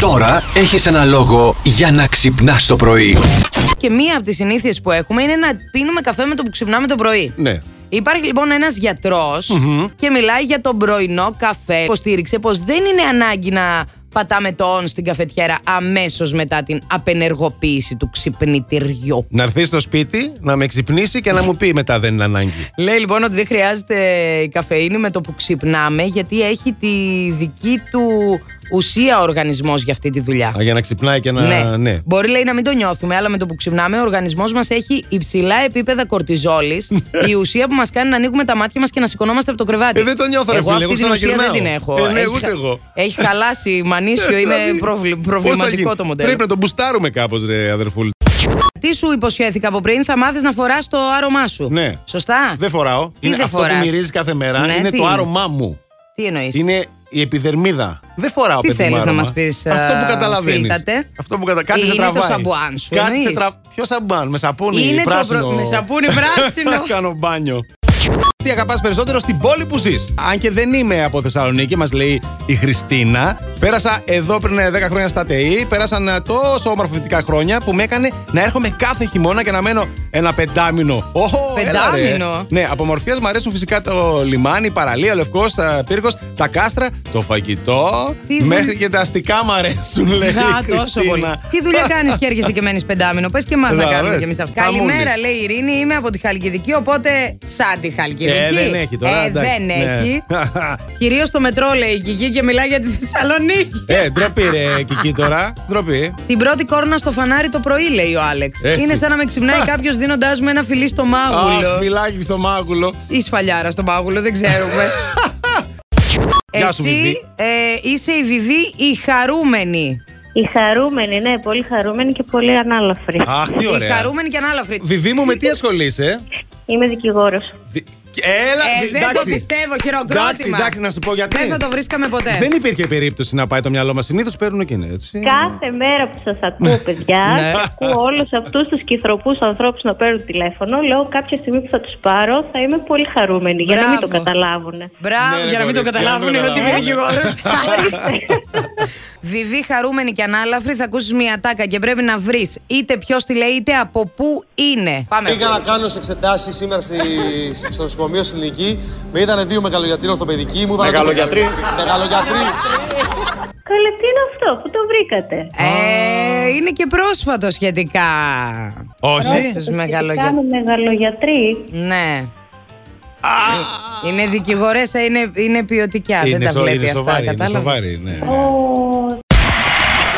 Τώρα έχεις ένα λόγο για να ξυπνάς το πρωί. Και μία από τις συνήθειες που έχουμε είναι να πίνουμε καφέ με το που ξυπνάμε το πρωί. Ναι. Υπάρχει λοιπόν ένας και μιλάει για τον πρωινό καφέ. Υποστήριξε πως δεν είναι ανάγκη να πατάμε το on στην καφετιέρα αμέσως μετά την απενεργοποίηση του ξυπνητηριού. Να έρθει στο σπίτι, να με ξυπνήσει και να μου πει μετά δεν είναι ανάγκη. Λέει λοιπόν ότι δεν χρειάζεται η καφεΐνη με το που ξυπνάμε γιατί έχει τη δική του ουσία ο οργανισμός για αυτή τη δουλειά. Α, για να ξυπνάει και να. Ναι. Μπορεί λέει να μην το νιώθουμε, αλλά με το που ξυπνάμε, ο οργανισμός μας έχει υψηλά επίπεδα κορτιζόλης, η ουσία που μας κάνει να ανοίγουμε τα μάτια μας και να σηκωνόμαστε από το κρεβάτι. Ε, δεν το νιώθω, ρε εγώ φίλε, αυτή την εγώ ουσία δεν ξαναγυρνάω. την έχω. Ε, ναι, Έχει ούτε χα- εγώ. Έχει χαλάσει μανίσιο, είναι Δηλαδή, προβλη- πώς θα προβληματικό γίνει. το μοντέλο. Πρέπει να τον μπουστάρουμε κάπως, ρε αδερφούλη. Τι σου υποσχέθηκα από πριν, θα μάθεις να φοράς το άρωμά σου. Ναι. Σωστά. Δεν φοράω. Τι είναι δεν αυτό φοράς? που μυρίζει κάθε μέρα. Ναι, είναι τι το είναι? άρωμά μου. Τι εννοείς. Είναι η επιδερμίδα. Δεν φοράω Τι παιδί μου, θέλεις να άρωμα. μας πεις, α, Αυτό που καταλαβαίνεις. φίλτατε? Ε, Αυτό που κατα... Κάτι σε Είναι το τραβάει. σαμπουάν σου, Κάτι σε εννοείς? τρα... Ποιο σαμπουάν, με σαπούνι Είναι το πράσινο. προ- με σαπούνι πράσινο. Να κάνω μπάνιο. Τι αγαπάς περισσότερο στην πόλη που ζεις. Αν και δεν είμαι από Θεσσαλονίκη, μας λέει η Χριστίνα. Πέρασα εδώ πριν ε, 10 χρόνια στα ΤΕΗ. Πέρασαν ε, τόσο όμορφα φοιτητικά χρόνια που με έκανε να έρχομαι κάθε χειμώνα και να μένω ένα πεντάμινο. Οχο, έλα ρε. Πεντάμινο. Ναι, από μορφιέ μου αρέσουν φυσικά το λιμάνι, η παραλία, ο λευκός πύργος, τα κάστρα, το φαγητό. Τι δου- μέχρι και τα αστικά μου αρέσουν, λέει. η Α, τόσο Χριστίνα. πολύ. Τι δουλειά κάνεις και έρχεσαι και μένεις πεντάμινο. Πες και εμάς να Εδώ, κάνουμε δες. κι εμείς αυτά. Χαμούλης. Καλημέρα, λέει η Ειρήνη. Είμαι από τη Χαλκιδική, οπότε σαν τη Χαλκιδική. Ε, δεν έχει τώρα. Ε, εντάξει, δεν ναι. έχει. Κυρίως το μετρό, λέει η Κική, και μιλάει για τη Θεσσαλονίκη. Ε, ντροπή ρε, Κική τώρα. Ντροπή. Την πρώτη κόρνα στο φανάρι το πρωί, λέει ο Άλεξ. Έτσι. Είναι σαν να με ξυπνάει Α. κάποιος δίνοντάς μου ένα φιλί στο Αχ, μάγουλο. φυλάκι στο μάγουλο. Ή σφαλιάρα στο μάγουλο, δεν ξέρουμε. Γεια σου, Εσύ Βιβί. ε, είσαι η Βιβί η χαρούμενη. Η χαρούμενη, ναι, πολύ χαρούμενη και πολύ ανάλαφρη. Αχ, τι Η ωραία. χαρούμενη και ανάλαφρη. Βιβί μου, με τι ασχολείσαι. Είμαι δικηγόρος. Δι- Έλα, Ε, δι- δεν εντάξει. το πιστεύω, χειροκρότημα. Εντάξει, εντάξει, να σου πω γιατί. Δεν θα το ε. βρίσκαμε ποτέ. Δεν υπήρχε περίπτωση να πάει το μυαλό μας. Συνήθως παίρνουν και είναι έτσι. Κάθε μέρα που σας ακούω, παιδιά, Ναι. και ακούω όλους αυτούς τους κυθροπού ανθρώπους να παίρνουν τηλέφωνο, λέω κάποια στιγμή που θα τους πάρω θα είμαι πολύ χαρούμενη για να μην το Μπράβο. καταλάβουν. Μπράβο, Ναι, ρε, για να μην το κορίτσια, καταλάβουν να το ότι είμαι καταλάβουνε. δικηγόρο. Βιβί, χαρούμενη και ανάλαφρη, θα ακούσεις μια τάκα και πρέπει να βρεις είτε ποιος τη λέει, είτε από πού είναι. Πάμε. Πήγα να κάνω σε εξετάσεις σήμερα στη, στο νοσοκομείο στην Λυκή. Με είδανε δύο μεγαλογιατροί ορθοπαιδικοί. Μου είπαν να το- Μεγαλογιατροί. Μεγαλογιατροί. Καλέ, τι είναι αυτό, πού το βρήκατε. Ε, είναι και πρόσφατο σχετικά. Όχι. Στους Το μεγαλογια- σχετικά με μεγαλογιατροί. Ναι. Ε, Είναι δικηγορέσα, είναι, είναι ποιοτικά. Είναι Δεν τα σο- βλέπει είναι αυτά. σοβαρή. Είναι κατάλαβες. σοβαρή, ναι. Ω,